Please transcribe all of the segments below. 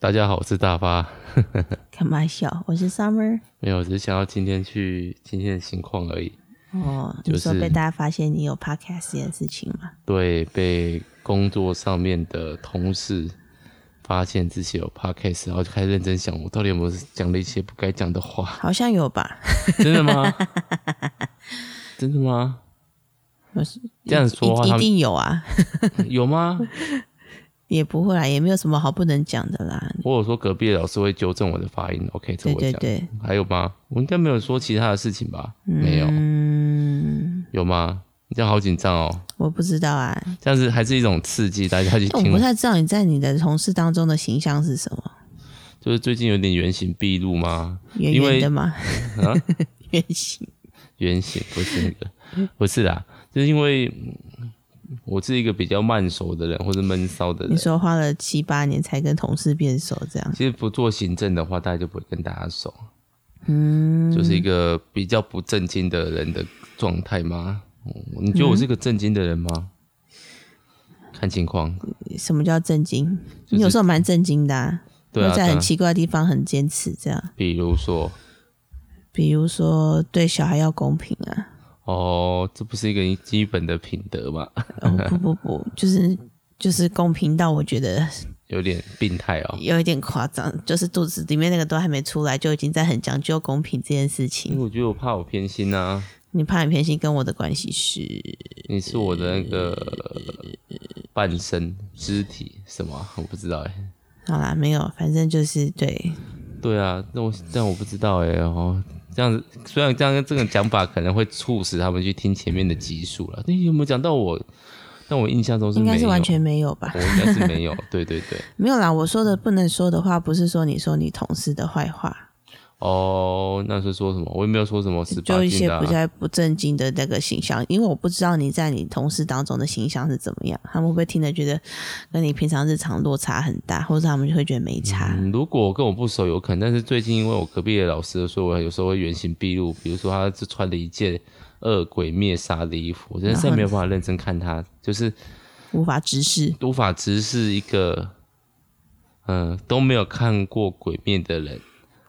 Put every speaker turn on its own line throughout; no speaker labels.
大家好，我是大发。
干嘛笑？我是 Summer。
没有，只是想要今天去今天的情况而已。
哦，
就
你说
是
被大家发现你有 podcast 这件事情吗？
对，被工作上面的同事发现自己有 podcast，然后就开始认真想，我到底有没有讲了一些不该讲的 话？
好像有吧？
真的吗？真的吗？
我是
这样说话他
一一
们
定有啊，
有吗？
也不会啊啦，也没有什么好不能讲的啦。
我有说隔壁的老师会纠正我的发音，OK，这
对
我
对
讲。
对，
还有吗？我应该没有说其他的事情吧？没有，
嗯，
有吗？你这样好紧张哦，
我不知道啊，
这样子还是一种刺激，大家去
但
听
哦我不太知道你在你的同事当中的形象是什么，
就是最近有点原形毕露吗？
圆
因为啊
圆的吗？ 圆形，
原型不是那个， 不是啦，就是因为嗯我是一个比较慢熟的人，或者闷骚的
你
人。
说花了七八年才跟同事变熟，这样
其实不做行政的话，大家就不会跟大家熟，
嗯，
就是一个比较不正经的人的状态吗？嗯你觉得我是个正经的人吗？看情况，
什么叫震惊？
是
你有时候蛮震惊的、啊，
对啊
会在
对
很
啊
奇怪的地方很坚持，这样，
比如说，
比如说对小孩要公平啊，
哦，这不是一个基本的品德嘛？
哦不不不，就是就是公平到我觉得
有点病态哦。
有一点夸张，就是肚子里面那个都还没出来，就已经在很讲究公平这件事
因
情
为。我觉得我怕我偏心啊，
你怕你偏心跟我的关系是
你是我的那个半身肢体什么啊，我不知道哎、
好啦，没有，反正就是对，
对啊，那我但我不知道哎、哦，这样子虽然这样这个讲法可能会促使他们去听前面的集数了，那有没有讲到我？但我印象中是
应
没有，
该是完全没有吧
我？应该是没有，对对对，
没有啦，我说的不能说的话，不是说你说你同事的坏话，
哦，那是说什么？我也没有说什么十八
就一
禁
些
的、
不
啊，
太不正经的那个形象，因为我不知道你在你同事当中的形象是怎么样，他们会不会听了觉得跟你平常日常落差很大，或者他们就会觉得没差？
嗯，如果跟我不熟有可能，但是最近因为我隔壁的老师说，我有时候会原形毕露，比如说他是穿了一件恶鬼灭杀的衣服，我真的
然
是
后
没有办法认真看他，就是
无法直视，
读法直是一个，嗯、都没有看过鬼面的人，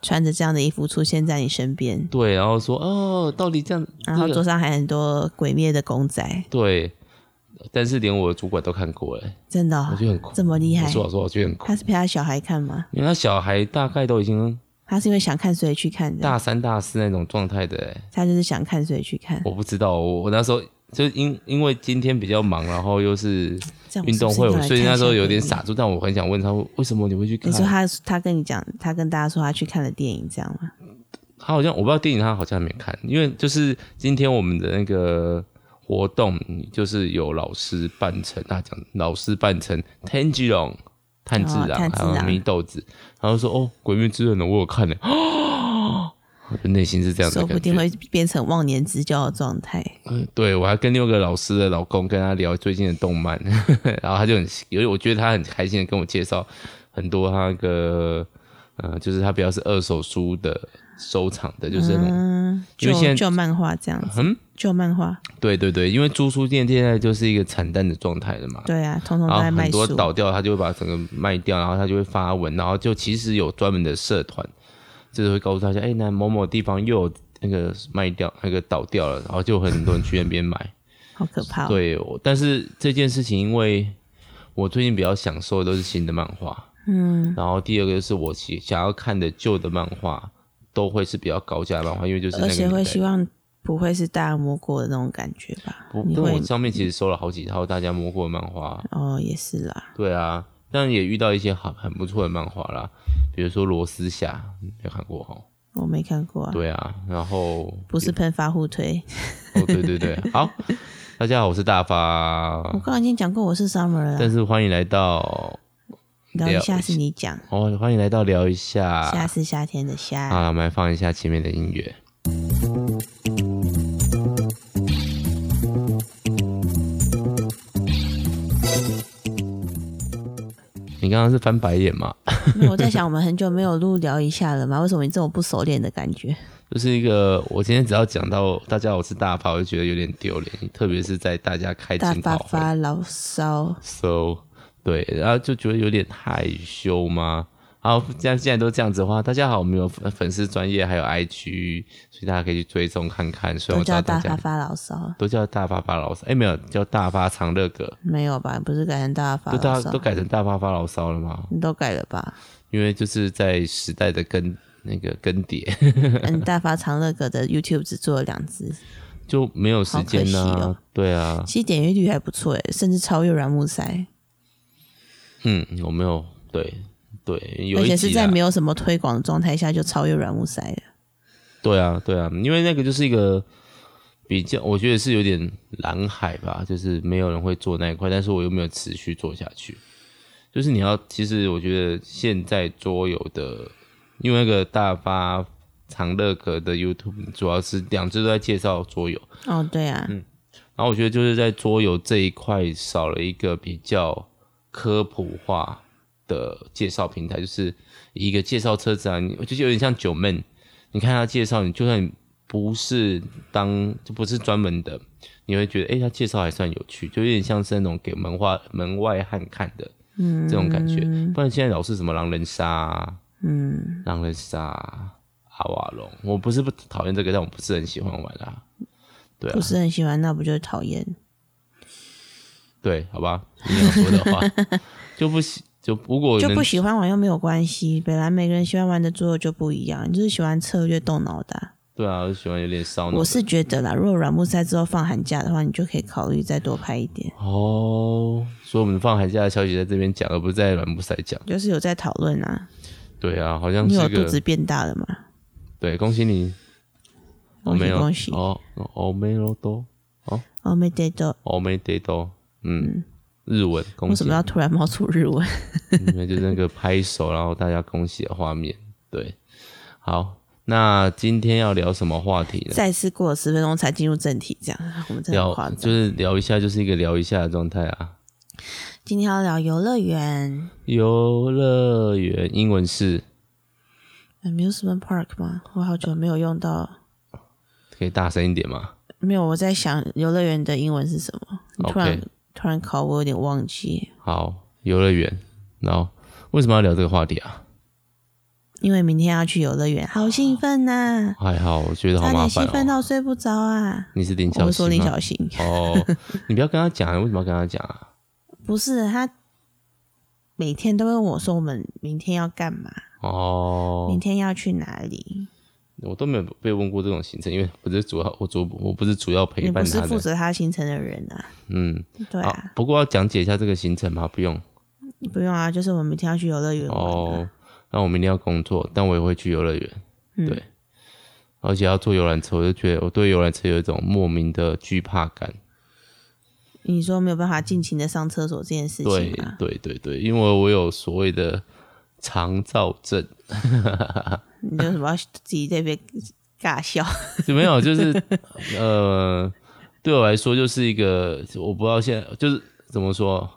穿着这样的衣服出现在你身边，
对，然后说哦，到底这样，
然后
这个
桌上还很多鬼灭的公仔，
对，但是连我的主管都看过了，
真的、
我
哦
觉、得很酷，
这么厉害
我？说我说我觉得很酷，
他是陪他小孩看吗？
因为他小孩大概都已经
他是因为想看所以去看的，
大三大四那种状态的，哎
他就是想看所以去看。
我不知道，我我那时候就因因为今天比较忙，然后又是
这样我
运
是不
动
是
会，
应该
我
来
所以
看
那
一
时候
下
有
鬼
点
灭
傻住，但我很想问他为什么你会去看
你，说他他跟你讲，他跟大家说他去看了电影，这样吗？
他好像我不知道电影，他好像还没看，因为就是今天我们的那个活动，就是有老师扮成他讲老师扮成 Tanjiro 炭治
哦
郎，
炭治
还有
郎
祢豆子，然后说哦，《鬼灭之刃》呢，我有看呢， 我就内心是这样的
说
感觉，
不定会变成忘年之交的状态。
对我还跟六个老师的老公跟他聊最近的动漫， 然后他就很有，我觉得他很开心的跟我介绍很多他那个呃，就是他比较是二手书的收藏的，就是那种。
嗯，
因为
旧
现在
旧漫画这样子，
嗯，
旧漫画，
对对对，因为租书店现在就是一个惨淡的状态了嘛，
对啊，通通
然
都
后
在卖
很多
书。
倒掉，他就会把整个卖掉，然后他就会发文，然后就其实有专门的社团，就是会告诉大家，哎，那某某地方又有那个卖掉，那个倒掉了，然后就很多人去那边买。
好可怕、哦。，
对，我但是这件事情，因为我最近比较享受的都是新的漫画，嗯，然后第二个就是我喜想要看的旧的漫画，都会是比较高价的漫画，因为就是那
而
个
且
年
会
代
希望不会是大家摸过的那种感觉吧？
不，
你
但
会
我上面其实收了好几套大家摸过的漫画，
哦，也是啦。
对啊，但也遇到一些很很不错的漫画啦，比如说《罗斯侠》，你有看过哈？
我没看过啊，
对啊，然后
不是喷发互推。
哦，对对对， 好，大家好，我是大
我
发，
刚刚已经讲过我是 Summer 了啦，
但是欢迎来到
聊一下是你讲，
哦，欢迎来到聊一下，
夏是夏天的夏。
好了，我们来放一下前面的音乐。你刚刚是翻白眼嘛？
没有我在想，我们很久没有录聊一下了嘛？为什么你这种不熟练的感 觉？
就是一个，我今天只要讲到大家我是大发，我就觉得有点丢脸，特别是在大家开
大
镜
发
头
发牢骚，
，so 对，然后就觉得有点害羞嘛。好，这样既然都这样子的话，大家好，我们有粉粉丝专业，还有 IG，所以大家可以去追踪看看。虽然
都
我知道
叫
大
大
家
发发牢骚，
都叫大发发牢骚，哎、没有叫大发长乐哥，
没有吧？不是改成大发
都大
牢
都
骚，
改成大发发牢骚了吗？
你都改了吧？
因为就是在时代的更那个更迭，
嗯，大发长乐哥的 YouTube 只做了两支，
就没有时间呐、
好可惜哦
对啊，
其实点阅率还不错诶，甚至超越软木塞，
嗯，我没有，对对，有
而
一
且
集啊
是在
啦
没有什么推广的状态下就超越软木塞了。
对啊，对啊，因为那个就是一个比较，我觉得是有点蓝海吧，就是没有人会做那一块，但是我又没有持续做下去。就是你要，其实我觉得现在桌游的，因为那个大发长乐阁的 YouTube 主要是两只都在介绍桌游，
哦，对啊，
嗯然后我觉得就是在桌游这一块少了一个比较科普化的介绍平台，就是一个介绍车子啊，你就是有点像九妹，你看他介绍你，就算你不是当就不是专门的，你会觉得诶，他介绍还算有趣，就有点像是那种给门外门外汉看的这种感觉。不然现在老是什么狼人杀、啊，嗯，狼人杀啊、阿瓦隆，我不是不讨厌这个，但我不是很喜欢玩啦、对啊，
不是很喜欢，那不就是讨厌？
对，好吧，你要说的 话就不喜就如果
就
能
不喜欢玩又没有关系，本来每个人喜欢玩的桌游就不一样，你就是喜欢策略动脑的啊、
对啊，我喜欢有点烧脑
我。是觉得啦，如果软木塞之后放寒假的话，你就可以考虑再多拍一点。
哦，所以我们放寒假的消息在这边讲，而不是在软木塞讲。
就是有在讨论啊，
对啊，好像
因为
是
我肚
个
子变大了嘛，
对，恭喜你，我
恭
没
喜
有
恭喜！
哦，哦没有多，
哦，没得到，
哦没得多，嗯，日文恭
为
喜
什么，要突然冒出日文？
因为就是那个拍手，然后大家恭喜的画面。对，好，那今天要聊什么话题呢？
再次过了十分钟才进入正题，这样我们真的很夸
聊
张。
就是聊一下，就是一个聊一下的状态啊。
今天要聊游乐园
游乐园英文是
呃，amusement park 吗？我好久没有用到，
可以大声一点吗？
没有我在想游乐园的英文是什么，你突然
OK
突然考我有点忘记，
好，游乐园。然后为什么要聊这个话题啊？
因为明天要去游乐园，好兴奋呐、
还好，我觉得好
差
麻
点
烦
兴奋
哦。
到睡不着啊！
你是林
我
小
们说
新
你
吗？
小心，
哦，你不要跟他讲啊！为什么要跟他讲啊？
不是他每天都会问我说我们明天要干嘛，明
哦，
天要去哪里？
我都没有被问过这种行程，因为不是主要，我主我不是主要陪
你
伴
不是
他
负
的。
责他行程的人啊，
嗯，
对
好
啊，，
不过要讲解一下这个行程吗？不用
你不用啊，就是我们明天要去游乐园玩啊、
哦。那我明天要工作，但我也会去游乐园。
嗯
对而且要坐游览车，我就觉得我对游览车有一种莫名的惧怕感。
你说没有办法尽情的上厕所这件事
对
情啊，
对对对，因为我有所谓的肠燥症，
你就什么要自己在那边尬笑？
就没有，就是呃，对我来说就是一个，我不知道现在就是怎么说，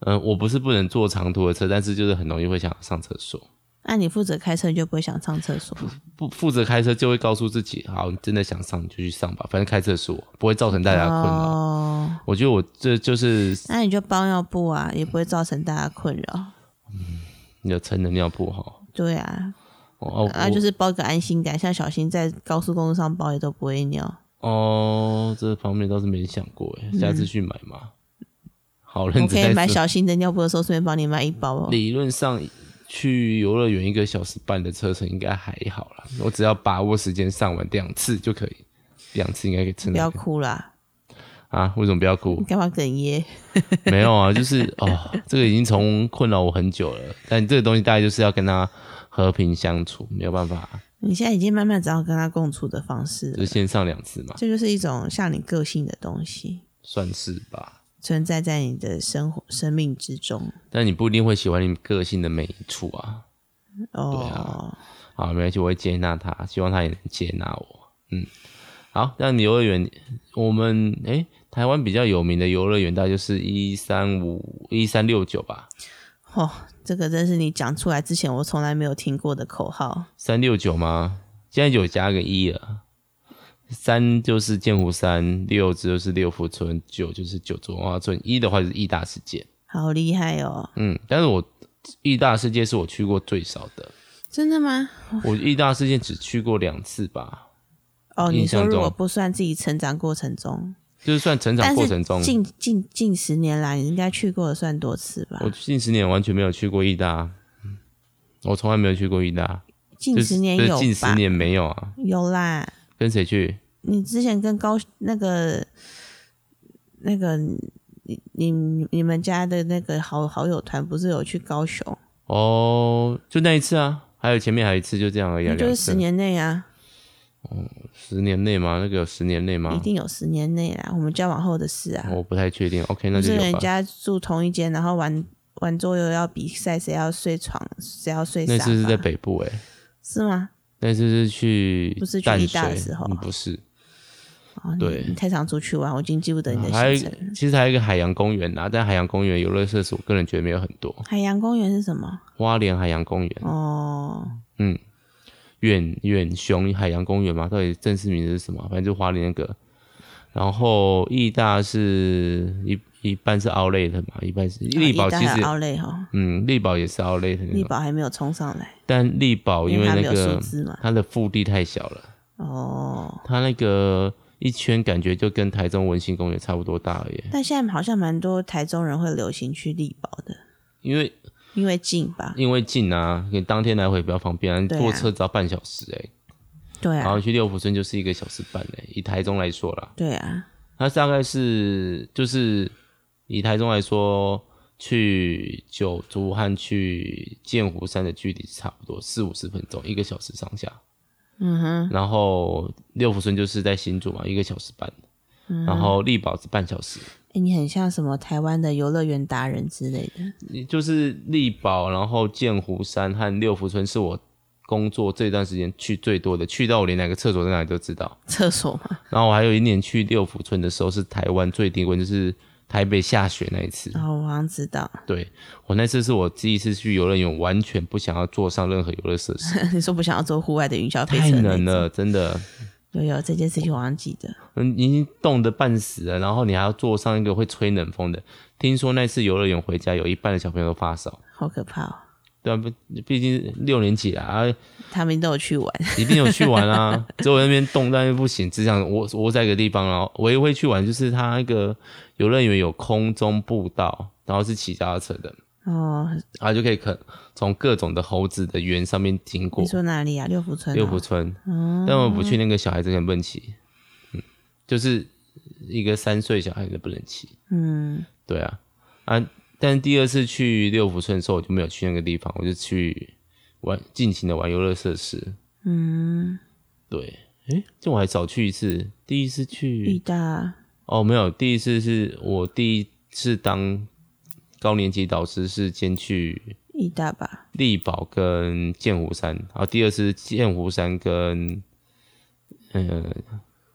嗯、我不是不能坐长途的车，但是就是很容易会想上厕所。
那你负责开车，你就不会想上厕所？
不负责开车就会告诉自己，好，你真的想上你就去上吧，反正开车是我，不会造成大家的困扰。
哦，
我觉得我这就是
那你就包尿布啊，也不会造成大家困扰。
你的成人尿布哈。
对啊，
哦，
啊，就是包个安心感，像小新在高速公路上包也都不会尿。
哦，这方面倒是没想过哎，下次去买嘛。好认
我可
真
以
在
嗯买
思
小新的尿布的时候，顺便帮你买一包哦。
理论上去游乐园一个小时半的车程应该还好啦，我只要把握时间上完两次就可以，两次应该可以撑
不
得
要哭啦，
啊？为什么不要哭
你？干嘛哽咽？
没有啊，就是哦，这个已经从困扰我很久了，但这个东西大概就是要跟他和平相处，没有办法，
你现在已经慢慢找到跟他共处的方式
就是
了，
先上两次嘛，
这就是一种像你个性的东西，
算是吧。
存在在你的生活生命之中。
但你不一定会喜欢你个性的每一处啊，对
哦
啊，好，没关系，我会接纳他，希望他也能接纳我。嗯，好，那游乐园，我们诶、台湾比较有名的游乐园大概就是一三五一三六九吧，
哦，这个真是你讲出来之前我从来没有听过的口号。
三六九吗？现在有加个一了。三就是剑湖山，六就是六福村，九就是九州文化村，一的话就是义大世界。
好厉害哦！
嗯，但是我义大世界是我去过最少的，
真的吗？
我义大世界只去过两次吧，
哦，你
印象
说如
中
果不算自己成长过程中，
就是算成长
但
过程中
是，近近近十年来，你应该去过的算多次吧
我？近十年完全没有去过义大，嗯我从来没有去过义大，
近
就是
十年
就是
有
近十
吧？
年没有啊，
有啦，
跟谁去？
你之前跟高那个那个你你你们家的那个好好友团不是有去高雄？
哦，就那一次啊，还有前面还有一次，就这样而已、啊。
那就是
两次
十年内啊，
十年内吗？那个有十年内
一
吗？
定有十年内啦，我们交往后的事啊。
我不太确定。OK，那
不
就是有
人
吧。
家住同一间，然后玩玩桌游要比赛，谁要睡床，谁要睡沙
那
发，
次是在北部哎、
是吗？
那次是去
不是去
淡
义
水
大的时候啊
嗯不是。
哦，你
对啊
你太常出去玩，我已经记不得你
还有
的
一
行程。
其实还有一个海洋公园啊，但海洋公园游乐设施我个人觉得没有很多。
海洋公园是什么？
花莲海洋公园、
哦，
远远雄海洋公园嘛，到底正式名字是什么？反正就花莲那个。然后义大是一一半是 Outlet 嘛，一半是力宝，
啊
其
宜
实
大还有奥莱哈，
嗯，力宝也是 Outlet 那
力
种，
宝还没有冲上来，
但力宝因
因
为
它没
那
有数
个
字嘛。
它的腹地太小了。
哦，
它那个一圈感觉就跟台中文心公园差不多大了耶，
但现在好像蛮多台中人会流行去力宝的，
因为
因为近吧？
因为近啊，你当天来回比较方便、啊，你
对啊
坐车只要半小时哎、
对
然
啊
后，去六福村就是一个小时半哎、以台中来说啦，
对啊，
它大概是就是以台中来说，去九族和去剑湖山的距离差不多四五十分钟，一个小时上下。
嗯哼，
然后六福村就是在新竹嘛，一个小时半，
嗯
然后力宝是半小时。
诶你很像什么台湾的游乐园达人之类的。
就是力宝，然后剑湖山和六福村是我工作这段时间去最多的，去到我连哪个厕所在哪里都知道。
厕所嘛，
然后我还有一年去六福村的时候是台湾最低温，就是台北下雪那一次。
然哦后我好像知道，
对我那次是我第一次去游乐园，完全不想要坐上任何游乐设施，
你说不想要坐户外的云霄飞
太
车，
冷，了，真的。
有有这件事情我好像记得，
嗯，已经冻得半死了，然后你还要坐上一个会吹冷风的。听说那次游乐园回家有一半的小朋友都发烧，
好可怕哦！
对啊，毕毕竟六年级啦，啊
他们都有去玩，
一定有去玩啊， 只有那边动，但是不行，只想窝窝在一个地方然后我也会去玩，就是它那个游乐园有空中步道，然后是骑脚踏车的，
哦，
然后就可以可从各种的猴子的园上面经过
你。说哪里啊？六福村、哦。
六福村，但我不去那个小孩子很不能骑，嗯，就是一个三岁小孩子不能骑，
嗯，
对啊，啊，但第二次去六福村的时候，我就没有去那个地方，我就去玩尽情的玩游乐设施。嗯，对，诶，这我还少去一次，第一次
义
去
大
哦，没有，第一次是我第一次当高年级导师，是先去
义大吧，
力宝跟剑湖山，然后第二次是剑湖山跟呃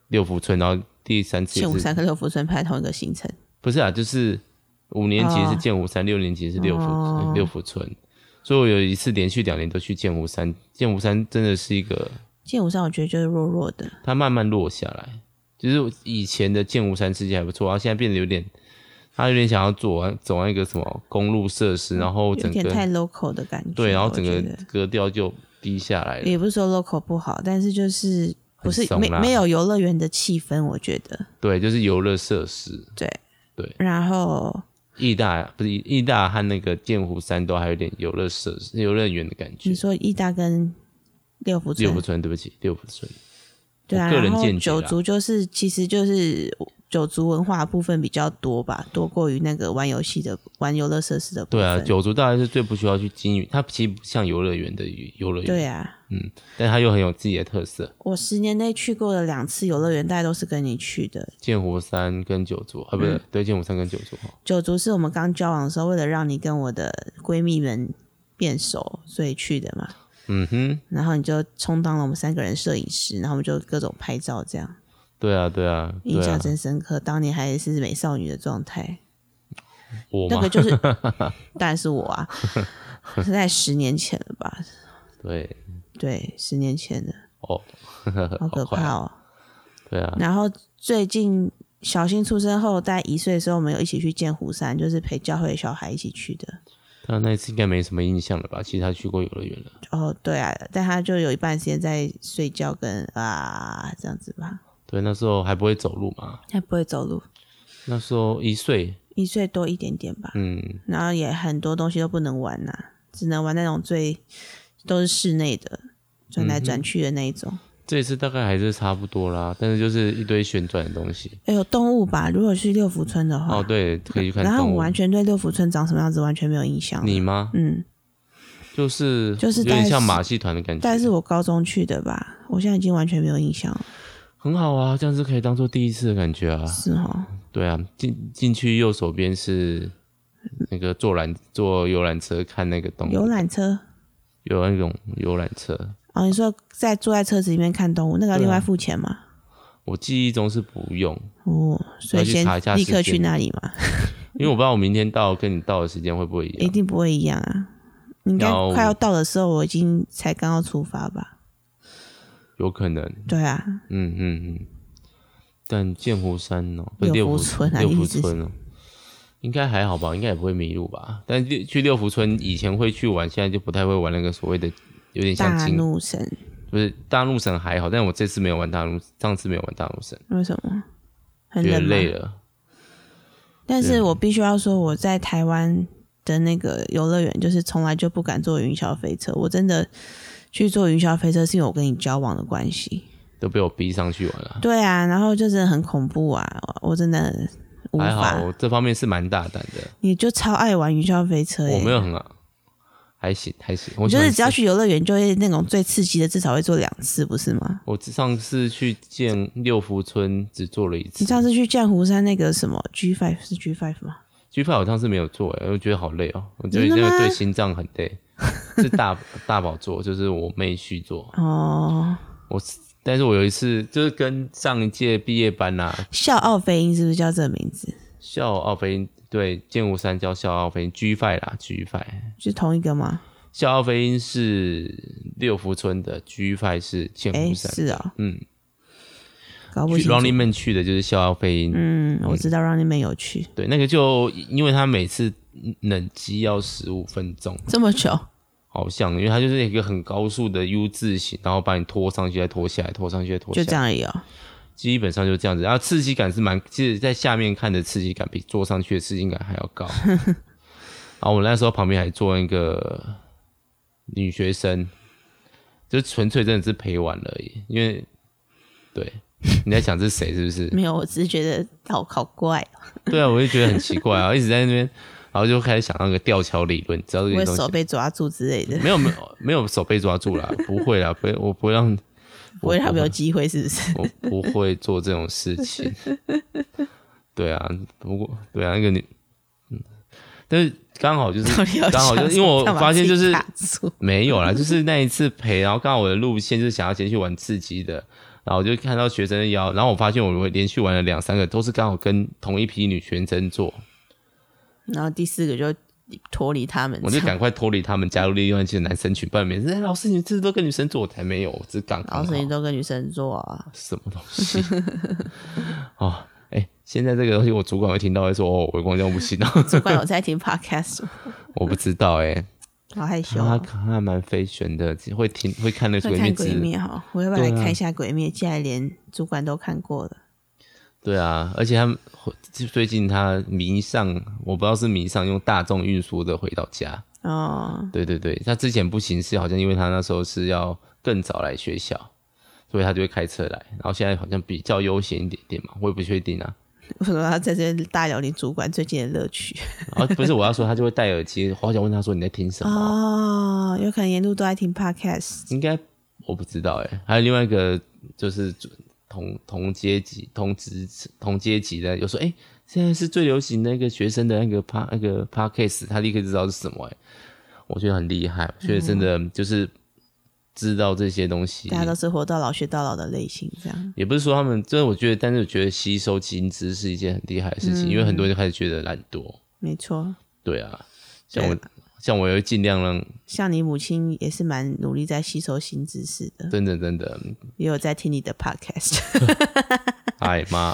六福村，然后第三次也
剑
是
湖山跟六福村排同一个行程，
不是啊，就是五年级是
哦
剑湖山，六年级是六福、呃
哦
六福村，所以我有一次连续两年都去剑湖山。剑湖山真的是一个，
剑湖山我觉得就是弱弱的，
它慢慢落下来。就是以前的剑湖山世界还不错，然后现在变得有点，它有点想要走完走完一个什么公路设施，然后
有
整
点
个
太 local 的感觉。
对，然后
我
整
觉
个
得
格调就低下来了。
也不是说 local 不好，但是就是不是
很怂
没
啦
没有游乐园的气氛，我觉得
对，就是游乐设施，
对
对。
然后
义大不是义大和那个剑湖山都还有点游乐设施、游乐园的感觉
你。说义大跟六福
六
村
福，村，对不起，六福村。
对啊，
我个人
然后
见解啦
九族就是其实就是九族文化的部分比较多吧，多过于那个玩游戏的玩游乐设施的部
对啊，
分。
九族大概是最不需要去经营，它其实不像游乐园的游乐园，
对啊，
但它又很有自己的特色。
我十年内去过的两次游乐园，大概都是跟你去的。
剑湖山跟九族啊，不
嗯
对，对，剑湖山跟九族哦哈，
九族是我们刚交往的时候，为了让你跟我的闺蜜们变熟，所以去的嘛。
嗯哼，
然后你就充当了我们三个人摄影师，然后我们就各种拍照，这样
对啊，对啊，
印
对
象
啊，
真深刻。当年还是美少女的状态，
我
那
嘛
个，就是当然是我啊，是在十年前了吧？
对，
对，十年前的，
哦，
好可
快啊
怕哦。
对啊，
然后最近小新出生后，大概一岁的时候，我们有一起去剑湖山，就是陪教会的小孩一起去的。
那那一次应该没什么印象了吧？其实他去过游乐园了，
哦，对啊，但他就有一半时间在睡觉跟啊这样子吧，
对，那时候还不会走路嘛，
还不会走路，
那时候一岁，
一岁多一点点吧，
嗯，
然后也很多东西都不能玩呐、只能玩那种最都是室内的转来
嗯
转去的那一种。
这一次大概还是差不多啦，但是就是一堆旋转的东西。
哎、有动物吧？如果去六福村的话，
哦，对，可以去看
然后
动
我
物。
完全对六福村长什么样子完全没有印象。
你吗？
嗯，
就是
就是
有点
但
像
是
马戏团的感觉，
但是我高中去的吧，我现在已经完全没有印象了，
很好啊，这样子可以当做第一次的感觉啊。
是哦。
对啊，进进去右手边是那个坐缆坐游览车看那个动物，
游览车
有那种游览车，
哦，你说在坐在车子里面看动物，那个
啊
要另外付钱吗？
我记忆中是不用，
哦，所以
要去
先
查一下
立
时
刻
间
去那里嘛，
因为我不知道我明天到跟你到的时间会不会一
一
样。
定不会一样啊。你应该
要
快要到的时候，我已经才刚要出发吧？
有可能，
对啊，
嗯嗯嗯。但剑湖山哦，不是
六
六
福
福
村啊
六
你
福
一直
村哦，应该还好吧，应该也不会迷路吧。但六去六福村以前会去玩，现在就不太会玩那个所谓的，有点像
大
金，
怒神
不是大怒神还好，但我这次没有玩大怒，上次没有玩大怒神，
为什么？很
觉得
冷吗
累了。
但
对
是我必须要说，我在台湾的那个游乐园，就是从来就不敢坐云霄飞车。我真的去坐云霄飞车，是因为我跟你交往的关系。
都被我逼上去玩了。
对啊，然后就真的很恐怖啊，我真的无
还好
法。
我这方面是蛮大胆的，
你就超爱玩云霄飞车、欸，
我没有很好，还行还行。我
你就
喜欢
是只要
吃
去游乐园，就会那种最刺激的，至少会做两次，不是吗？
我上次去见六福村只做了一次
你上次去剑湖山那个什么 G Five 是 G Five 吗？
，G 派好像是没有做、欸，我觉得好累哦、我觉得
真
那
的吗
个对心脏很累。是大 大宝做，就是我妹去做。
哦，
我但是我有一次就是跟上一届毕业班呐、啊，
笑傲飞鹰是不是叫这个名字？
笑傲飞对剑湖山叫笑傲飞鹰 G 派啦 G 派，
是同一个吗？
笑傲飞鹰是六福村的，G 派是剑
哎、
湖山。
是哦，
嗯，
搞不
去
清楚。
Running Man 去的就是笑傲飞鹰，
嗯，我知道 Running Man 有趣，
对，那个就因为他每次冷机要十五分钟，
这么久，
好像，因为它就是一个很高速的 U 字形，然后把你拖上去再拖下来，拖上去再拖下
就
来，
这样而已哦。
基本上就这样子。然后刺激感是蛮，其实在下面看的刺激感比坐上去的刺激感还要 高。然后我那时候旁边还坐一个女学生，就纯粹真的是陪玩而已，因为对你在想这是谁是不是？
没有，我只是觉得好好怪哦，
对啊，我就觉得很奇怪啊，一直在那边，然后就开始想那个吊桥理论，知道这
因
个
为
东西
手被抓住之类的，
没有没有没有手被抓住啦，不会啦，不会，我嗯不会让，
不会他没有机会，是不是？
我不会做这种事情。对啊，不过对啊，那个女，嗯，但是刚好就是
到底要
刚好就
想
因为我
干嘛
发现就是
自己卡 住
没有啦，就是那一次陪，然后刚好我的路线就是想要先去玩刺激的，然后我就看到学生的邀，然后我发现我连续玩了两三个，都是刚好跟同一批女学生做，
然后第四个就脱离他们，
我就赶快脱离他们，加入另外一群男生群，不然每次、哎、老师你们这次都跟女生做，我才没有，我只刚
然
刚
后
好
所以都跟女生做 啊，
什么东西哦，哎、现在这个东西我主管会听到会说哦，微光这样不行啊，
主管有在听 podcast，吗
我不知道哎、
好害羞
他
哦。
他还蛮飞旋的，会听会看那个
会
啊鬼
看
灭
《鬼
之
灭》哈，我要不要来
对啊
看一下《鬼灭》？竟然连主管都看过了，
对啊，而且他们最近他迷上，我不知道是迷上用大众运输的回到家，
哦，
对对对，他之前不行是好像因为他那时候是要更早来学校。所以他就会开车来，然后现在好像比较悠闲一点点嘛，我也不确定啊。
我说要在这边大聊你主管最近的乐趣
然啊后不是我要说，他就会戴耳机，我好想问他说你在听什么啊、
哦，有可能沿路都在听 podcast，
应该我不知道哎、还有另外一个就是同同阶级、同职同阶级的，有说哎、诶现在是最流行那个学生的那个 pa 那个 podcast，他立刻知道是什么哎、我觉得很厉害，我觉得真的就是知道这些东西，
嗯大家都是活到老学到老的类型，这样
也不是说他们，真的我觉得，但是我觉得吸收新知是一件很厉害的事情，因为很多人
嗯
就开始觉得懒惰，
没错。
对啊，像
对
我像我也会尽量让，
像你母亲也是蛮努力在吸收新知识的，
真的真的，
也有在听你的 podcast。
哎妈！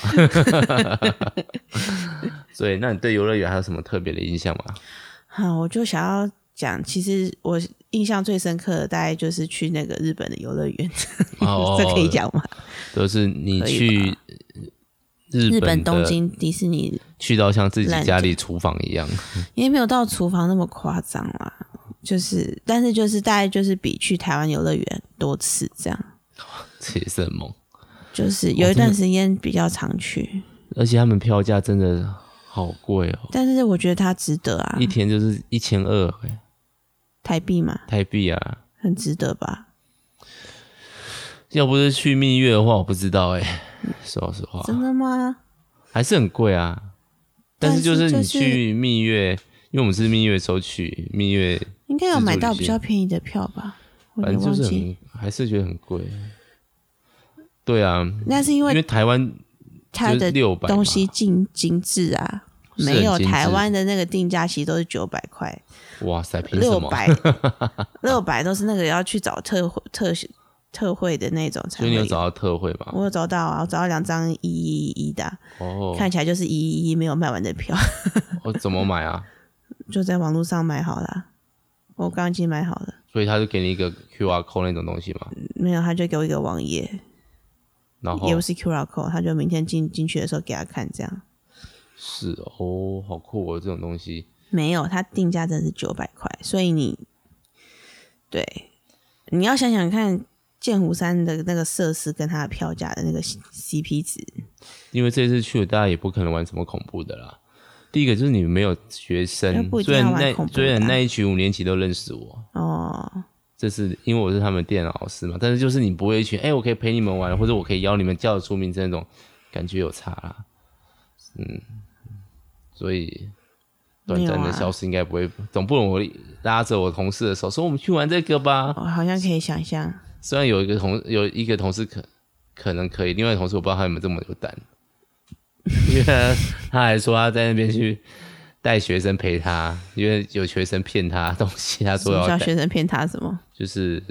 所以，那你对游乐园还有什么特别的印象吗？
啊，我就想要讲，其实我印象最深刻的大概就是去那个日本的游乐园，
哦
这可以讲吗？
都是你
可以
去日
日本
本
东
的
京迪士尼
去到像自己
烂
家里厨房一样，
也没有到厨房那么夸张啦，就是但是就是大概就是比去台湾游乐园多次这样，
这也是很猛。哦
就是有一段时间比较常去，
而且他们票价真的好贵哦，
但是我觉得它值得啊
一，天就是一千二哎
台币嘛，
台币啊。
很值得吧？
要不是去蜜月的话，我不知道哎、说老实话，
真的吗？
还是很贵啊。但是就
但
是
是
你
就是
去蜜月，因为我们是蜜月的时候去蜜月，
应该有买到比较便宜的票吧？我
反
有点
正
哦忘
就是
记，
很还是觉得很贵。对啊，
那是因
因
为
为台湾
它
就
的
是600嘛
东西精精致啊，
是很
没有
精致
台湾的那个定价其实都是九百块，
哇塞，凭什
六
么？
百六百都是那个要去找特惠特许特惠的那种才
所以
会
你有
有。
找到特惠吧？
我有找到啊，我找到两张一一一的啊、
哦，
看起来就是一一一没有卖完的票，
我怎么买啊？
就在网络上买好了啊。我刚刚已经买好了，
所以他就给你一个 QR code 那种东西嘛，
没有他就给我一个网页，
然后
也不是 QR code，他就明天进进去的时候给他看，这样
是哦，好酷哦，这种东西。
没有，他定价真的是九百块，所以你对你要想想看，剑湖山的那个设施跟它的票价的那个 C- CP 值，
因为这次去，大家也不可能玩什么恐怖的啦。第一个就是你们没有学
那
生
不，一
虽
定要
然
玩恐
那
怖的啊
虽然那一群五年级都认识我，
哦，
这是因为我是他们电脑老师嘛，但是就是你不会一群，哎、我可以陪你们玩，或者我可以邀你们叫得出名字那种感觉有差啦。嗯，所以短暂
没有
的
啊
消失应该不会，总不能我拉着我同事的手说我们去玩这个吧。
我好像可以想象，
虽然有一个同有一个同事可可能可以，另外一个同事我不知道他有没有这么有胆， 因为他他还说他在那边去带学生陪他，因为有学生骗他东西，他
什
说
么
要
叫
带
学生骗他什么？
就是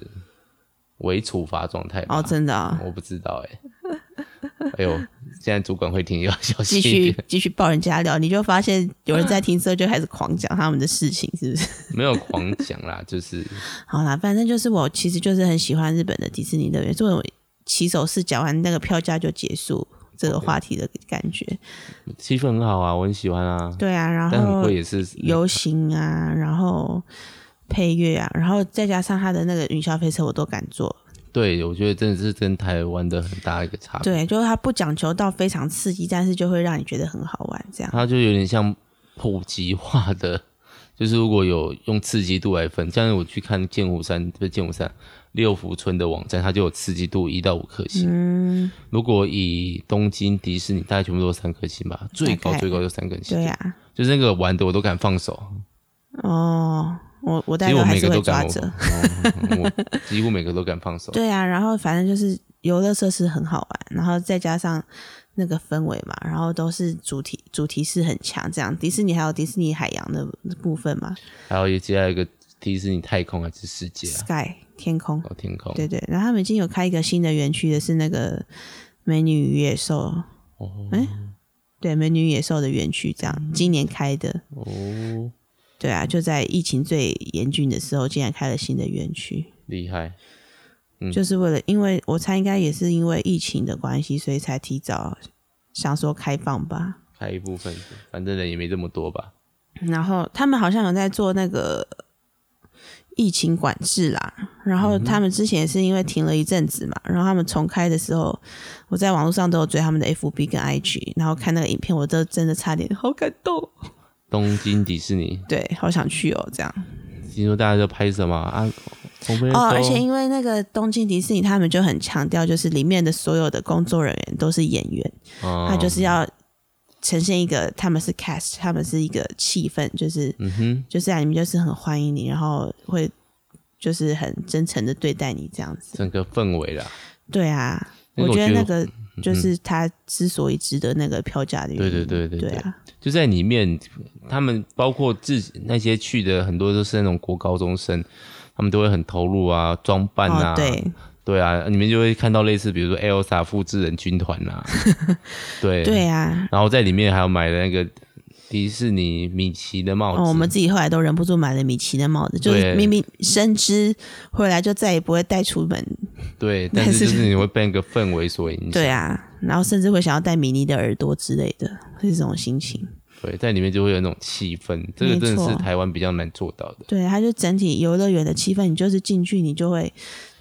为处罚状态吧
哦，真的啊、
我不知道哎、 哎呦，现在主管会听 要小心
继
一
续
点，
继续爆人家料，你就发现有人在听之后就开始狂讲他们的事情，是不是？
没有狂讲啦，就是
好啦，反正就是我其实就是很喜欢日本的迪士尼乐园，所以我起手是讲完那个票价就结束这个话题的感觉。
气氛很好啊，我很喜欢啊，
对啊，然
但很
后
贵也是
游行啊，然后配乐啊，然后再加上他的那个云霄飞车，我都敢坐。
对，我觉得真的是跟台湾的很大一个差别。
对，就是它不讲求到非常刺激，但是就会让你觉得很好玩，这样。
它就有点像普及化的， 就是如果有用刺激度来分，像我去看剑湖山，不是剑湖山六福村的网站，它就有刺激度一到五颗星。
嗯，
如果以东京迪士尼，大概全部都是三颗星吧，最高
大概
最高就三颗星。
对啊。
就是那个玩的我都敢放手，
哦，我我大
其
概
实我
还
每
是
个
会
都
抓
敢，我
着。
嗯我几乎每个都敢放手。
对啊，然后反正就是游乐设施很好玩，然后再加上那个氛围嘛，然后都是主题主题是很强，这样迪士尼还有迪士尼海洋的部分嘛、
还有也接下来一个迪士尼太空还是世界啊
s，k y 天空，
哦天空，
对对，然后他们已经有开一个新的园区的是那个美女与野兽，
哦
哎、对，美女与野兽的园区这样，今年开的，
哦
对啊，就在疫情最严峻的时候，竟然开了新的园区。
厉害，嗯
就是为了，因为我猜应该也是因为疫情的关系，所以才提早想说开放吧。
开一部分，反正人也没这么多吧。
然后他们好像有在做那个疫情管制啦。然后他们之前也是因为停了一阵子嘛，然后他们重开的时候，我在网络上都有追他们的 FB 跟 IG，然后看那个影片，我都真的差点好感动，
东京迪士尼，
对，好想去哦，这样。
听说大家都拍什么啊？我们
哦，而且因为那个东京迪士尼，他们就很强调，就是里面的所有的工作人员都是演员，他
他
啊就是要呈现一个他们是 cast，他们是一个气氛，就是
嗯哼，
就是在里面就是很欢迎你，然后会就是很真诚的对待你这样子。
整个氛围啦，
对啊，
那个
我觉得
我觉得嗯
那个就是他之所以值得那个票价的原因。
对对对
对
对
啊，
就在里面，他们包括自己那些去的很多都是那种国高中生，他们都会很投入啊，装扮啊，
哦对
对啊，你们就会看到类似比如说 Elsa 复制人军团啊，对，
对啊，
然后在里面还有买了那个迪士尼米奇的帽子，
哦，我们自己后来都忍不住买了米奇的帽子，就是
对
明明深知回来就再也不会带出门，
对，但是
但是
就是你会被那个氛围所影响，
对啊，然后甚至会想要戴米妮的耳朵之类的，是这种心情。
对，在里面就会有那种气氛，这个真
没
的是
错
台湾比较难做到的。
对，它就整体游乐园的气氛，你就是进去，你就会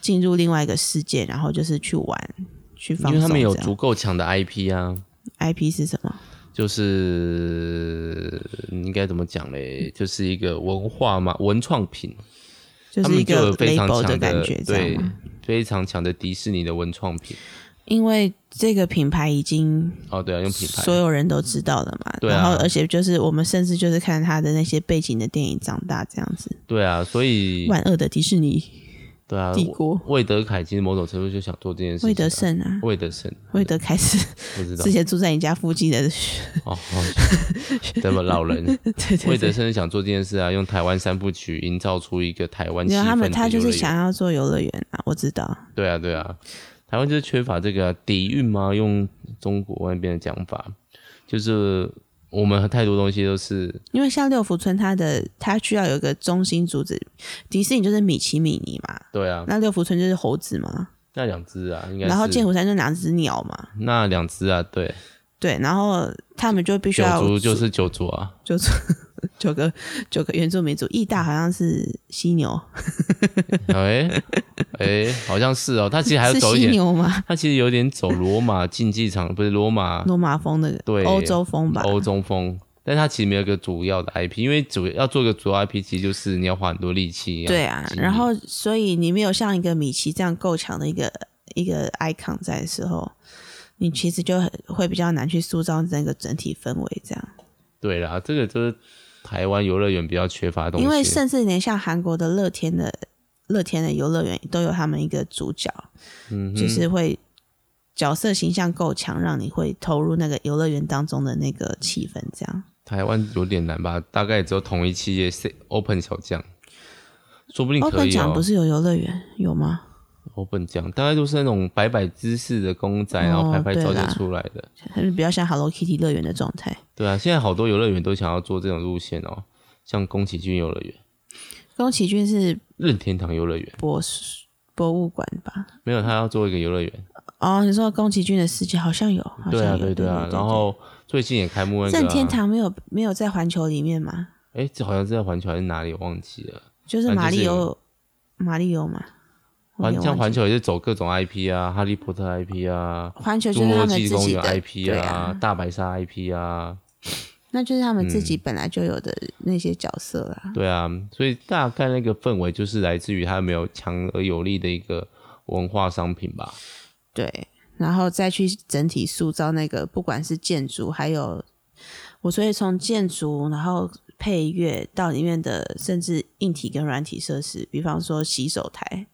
进入另外一个世界，然后就是去玩、去
因
放
为
松这
他
样。
们有足够强的 IP 啊，
IP 是什么？
就是嗯应该怎么讲嘞？就是一个文化嘛，文创品，
就
他
是一
们就
个
有非常
label
强
感觉，这
对
样吗？，
非常强的迪士尼的文创品。
因为这个品牌已经
哦，对啊，用品牌
所有人都知道了嘛，
对啊
然后而且就是我们甚至就是看他的那些背景的电影长大这样子，
对啊，所以
《万恶的迪士尼
对啊，
帝国
魏魏德凯其实某种程度就想做这件事》情啊。
魏德胜啊，
魏德胜，
魏德开始
不知道
之前住在你家附近的，
哦，这么老人
对对对，
魏德胜想做这件事啊，用台湾三部曲营造出一个台湾气
没
氛
有
的
他们他就
游
是
乐园
想要做游乐园啊，我知道，
对啊，对啊，台湾就是缺乏这个啊、底蕴嘛，用中国那边的讲法，就是我们太多东西都是
因为像六福村它的它需要有一个中心主旨，迪士尼就是米奇米妮嘛，
对啊，
那六福村就是猴子嘛，
那两只啊，应该
然后
是
剑湖山就两只鸟嘛，
那两只啊，对，
对，然后他们就必须
九
要
族就是九族啊，
就 九个九个原住民族，义大好像是犀牛，
哎哎，好像是哦，他其实还要
是
走一
犀
点，
牛吗？
他其实有点走罗马竞技场，不是罗马
罗马风的
对
欧洲风吧？
欧中风。但他其实没有一个主要的 IP，因为主要做个主要 IP，其实就是你要花很多力气、
对啊，
经历
然后所以你没有像一个米奇这样够强的一个一个 icon 在的时候，你其实就很会比较难去塑造那个整体氛围这样。
对啦，这个就是台湾游乐园比较缺乏的东西。
因为甚至连像韩国的乐天的乐天的游乐园都有他们一个主角，
嗯哼
就是会角色形象够强，让你会投入那个游乐园当中的那个气氛。这样
台湾有点难吧，大概只有同一期业 C- Open 小将，说不定可
，Open
以
奖
哦
不。是有游乐园有吗？
Open 奖大概都是那种摆摆姿势的公仔，
哦
然后拍拍照
对
就
啦
出来的。
还是比较像 Hello Kitty 乐园的状态。
对啊，现在好多游乐园都想要做这种路线哦，像宫崎骏游乐园、
宫崎骏是
任天堂游乐园，
博博物馆吧？
没有他要做一个游乐园。
哦，你说宫崎骏的世界好像有，好
对啊，
哦像有，
对
对
啊。然后最近也开幕那个
任
啊
天，堂没有没有在环球里面嘛？
哎，这好像是在环球还是哪里，我忘记了。
就是
反正
马
呃就是
里
有
欧，马里欧嘛。我
环
有点
像
忘
环
记
球也是走各种 IP 啊，哈利波特 IP 啊，
环球就
侏
是他
罗
们
纪
自
公
己
园
的
IP
对
啊，大白鲨 IP 啊，
那就是他们自己本来就有的那些角色啦。
对啊，所以大概那个氛围就是来自于它没有强而有力的一个文化商品吧。
对，然后再去整体塑造那个，不管是建筑，还有我所以从建筑，然后配乐到里面的，甚至硬体跟软体设施，比方说洗手台、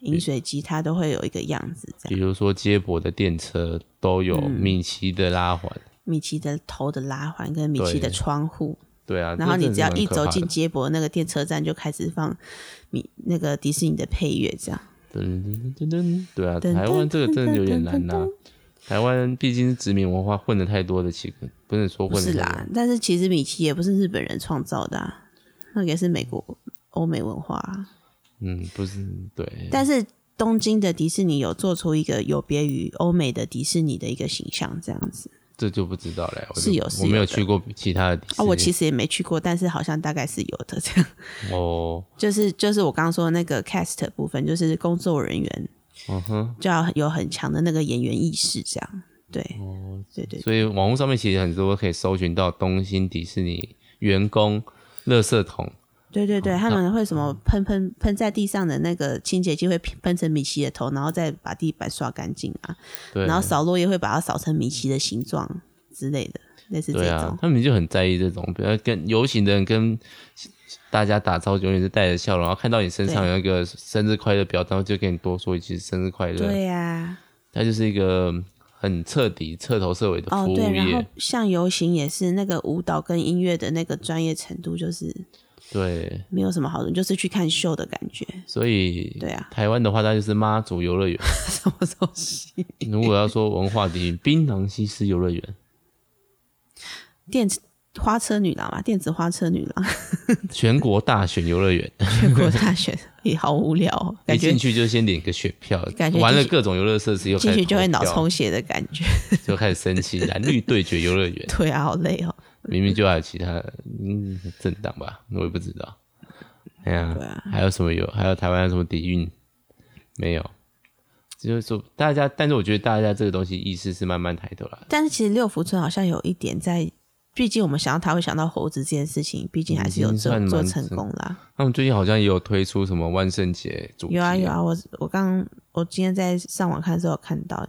饮水机，它都会有一个样子。这
比
样，
如说接驳的电车都有
嗯
米奇的拉环，
米奇的头的拉环跟米奇
对
的窗户，
对啊，
然后
这
你
真的
只要
是蛮
一
可
走
怕
进
的，
接驳那个电车站，就开始放米那个迪士尼的配乐，这样。
噔噔噔噔，对啊，
噔
台湾这个真的有点难
噔
呐
噔噔噔。
台湾毕竟是殖民文化混了太多的奇，不能说
不
混
是
了太
啦
多，，
但是其实米奇也不是日本人创造的、啊，那个也是美国欧美文化啊、
嗯，不是对，
但是东京的迪士尼有做出一个有别于欧美的迪士尼的一个形象，这样子
这就不知道了。我就是
有是
我没
有
有
的
去过其他的迪士
啊、
尼。
我其实也没去过，但是好像大概是有的。这样
哦，
就是就是我刚刚说的那个 cast 的部分，就是工作人员
嗯哼，
就要有很强的那个演员意识，这样对，对对
所以网络上面其实很多可以搜寻到东兴迪士尼员工、垃圾桶，
对对对，他们会什么喷喷喷在地上的那个清洁剂会喷成米奇的头，然后再把地板刷干净啊。
对，
然后扫落叶会把它扫成米奇的形状之类的，类似这
对
种。
啊，他们就很在意这种，比如跟游行的人跟大家打招呼，永远是带着笑容，然后看到你身上有那个生日快乐表，然后就跟你多说一句生日快乐，
对啊呀、
它就是一个很彻底、彻头彻尾的
哦
服务
对，然后
业，
像游行也是那个舞蹈跟音乐的那个专业程度，就是
对，
没有什么好的，就是去看秀的感觉。
所以
对啊，
台湾的话，它就是妈祖游乐园。
什么东西？
如果要说文化底蕴，槟榔西施游乐园，
电池花车女郎嘛，电子花车女 郎，
全国大选游乐园，
全国大选也好无聊、 哦，
一
感觉
进去就先领个选票
感，觉
玩了
进去
各种游乐设施又开
进
始
去就会
投
脑
票
充血的感觉。
就开始生气，蓝绿对决游乐园，
对啊，好累哦。
明明就还有其他嗯政党吧，我也不知道。哎呀、
对啊
还有什么有？还有台湾有什么底蕴？没有，就是说大家，但是我觉得大家这个东西意识是慢慢抬头啦。
但是其实六福村好像有一点在，毕竟我们想到他会想到猴子这件事情，毕竟还是有
已经
做
算
做
蛮
成功啦。
他们最近好像也有推出什么万圣节主题、
有啊有，啊，我我刚我今天在上网看的时候有看到，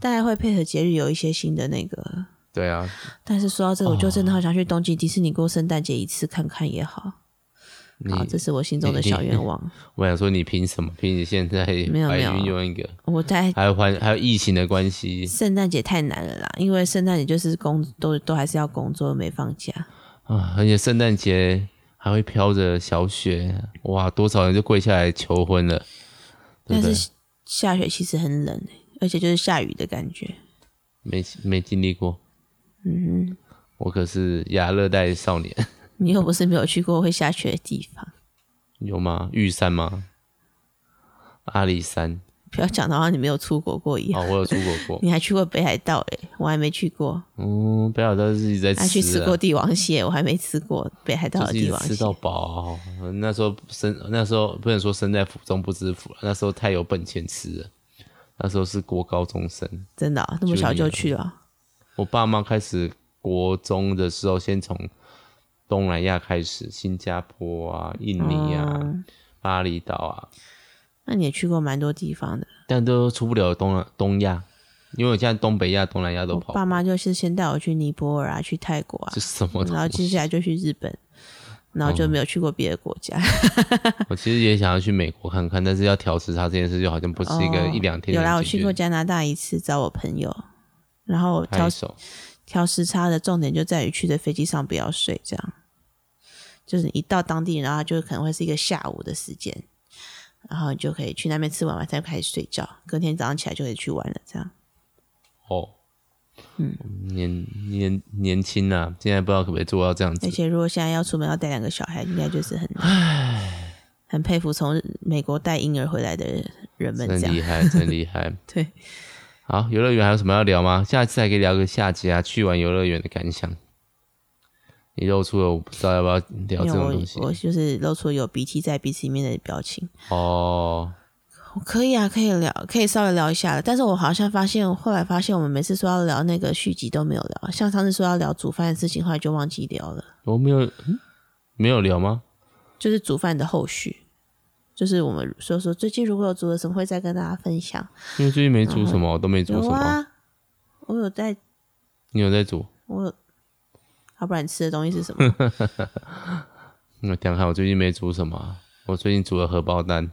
大概会配合节日有一些新的那个。
对啊，
但是说到这个，我就真的好想去东京迪士尼过圣诞节一次看看也好。
你
好，这是我心中的
你
小 愿望。
我想说你凭什么？凭你现在
没有
白
没有
运用一个，
我在
还有环还有疫情的关系
圣诞节太难了啦，因为圣诞节就是工都都还是要工作，没放假。
啊，而且圣诞节还会飘着小雪，哇，多少人就跪下来求婚了，对
但
不对？
是下雪其实很冷、欸而且就是下雨的感觉。
没没经历过，
嗯哼，
我可是亚热带少年，
你又不是没有去过会下雪的地方，
有吗？玉山吗？阿里山
不要讲到像你没有出国过一样。
哦，我有出国过，
你还去过北海道诶、我还没去过，
嗯，北海道自己在吃、啊，
还去吃过帝王蟹，我还没吃过北海道
就
的
是一
帝
直
王
吃
蟹
到。饱、那时候身那时候不能说身在福中不知福，啊那时候太有本钱吃了。那时候是国高中生，
真的哦、那么小就去了，啊
我爸妈开始国中的时候，先从东南亚开始，新加坡啊、印尼啊、
哦
巴厘岛啊，
那你也去过蛮多地方的。
但都出不了东南东亚，因为我现在东北亚、东南亚都
我
跑
爸妈就是先带我去尼泊尔啊，去泰国啊
这，是什么哦东
然后接下来就去日本，然后就没有去过别的国家。
我其实也想要去美国看看，但是要调时差这件事，就好像不是一个一两天
哦有
能
啦，我
解决
去过加拿大一次，找我朋友，然后
拍
调
手，
调时差的重点就在于去的飞机上不要睡，这样就是你一到当地，然后就可能会是一个下午的时间，然后你就可以去那边吃完晚餐开始睡觉，隔天早上起来就可以去玩了，这样。
哦。嗯，年年年轻啊，现在不知道可不可以做到这样子
而。且如果现在要出门要带两个小孩，应该就是很很佩服从美国带婴儿回来的人们
真
这
厉
样。
害，真厉害。
对，
好，游乐园还有什么要聊吗？下次还可以聊个下集啊，去完游乐园的感想。你露出了我不知道要不要聊这
因为
种
我
东西
我就是露出有鼻涕在鼻子里面的表情。
哦。
我可以啊，可以聊，可以稍微聊一下了。但是我好像发现，后来发现我们每次说要聊那个续集都没有聊，像上次说要聊煮饭的事情，后来就忘记聊了。
我没有、嗯没有聊吗？
就是煮饭的后续，就是我们说说最近如果有煮了什么，会再跟大家分享。
因为最近没煮什么，我都没煮
有
什么。
啊，我有在，
你有在煮？
我有，要不然你吃的东西是 什么？
我想看，我最近没煮什么啊。我最近煮了荷包蛋，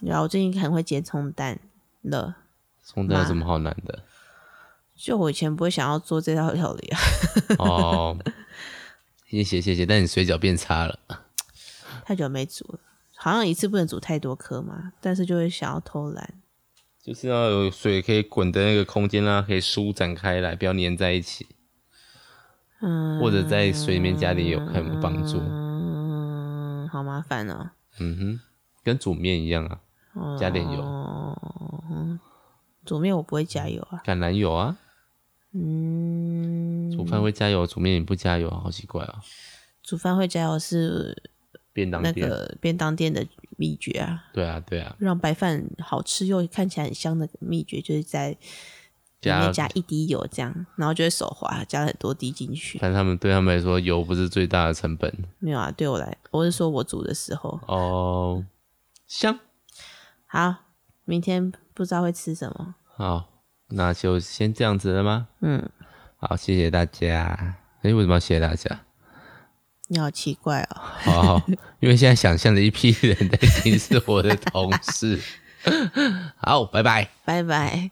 然啊后我最近很会煎葱蛋了，
葱蛋有
妈
什么好难的？
就我以前不会想要做这道料理啊，
哦， 谢谢谢谢，但你水饺变差了。
太久没煮了，好像一次不能煮太多颗嘛，但是就会想要偷懒。
就是要有水可以滚的那个空间啦，可以舒展开来，不要粘在一起。嗯，或者在水里面加点油，很帮助。
嗯，好麻烦哦。
嗯哼，跟煮面一样啊，加点油，
哦，煮面我不会加油啊。
橄榄油啊。
嗯，
煮饭会加油，煮面也不加油啊，好奇怪啊。
煮饭会加油是
便当
那
店，
个便当店的秘诀啊，
对啊对啊，
让白饭好吃又看起来很香的秘诀就是在里
加
面加一滴油，这样，然后就会手滑，加了很多滴进去。
但他们对他们来说，油不是最大的成本
没有啊，对我来，我是说我煮的时候。
哦。香，
好，明天不知道会吃什么。
好，那就先这样子了吗？
嗯，
好，谢谢大家。诶，为什么要谢谢大家？
你好奇怪哦，
哦，因为现在想象的一 批人在听是我的同事。好，拜拜。
拜拜。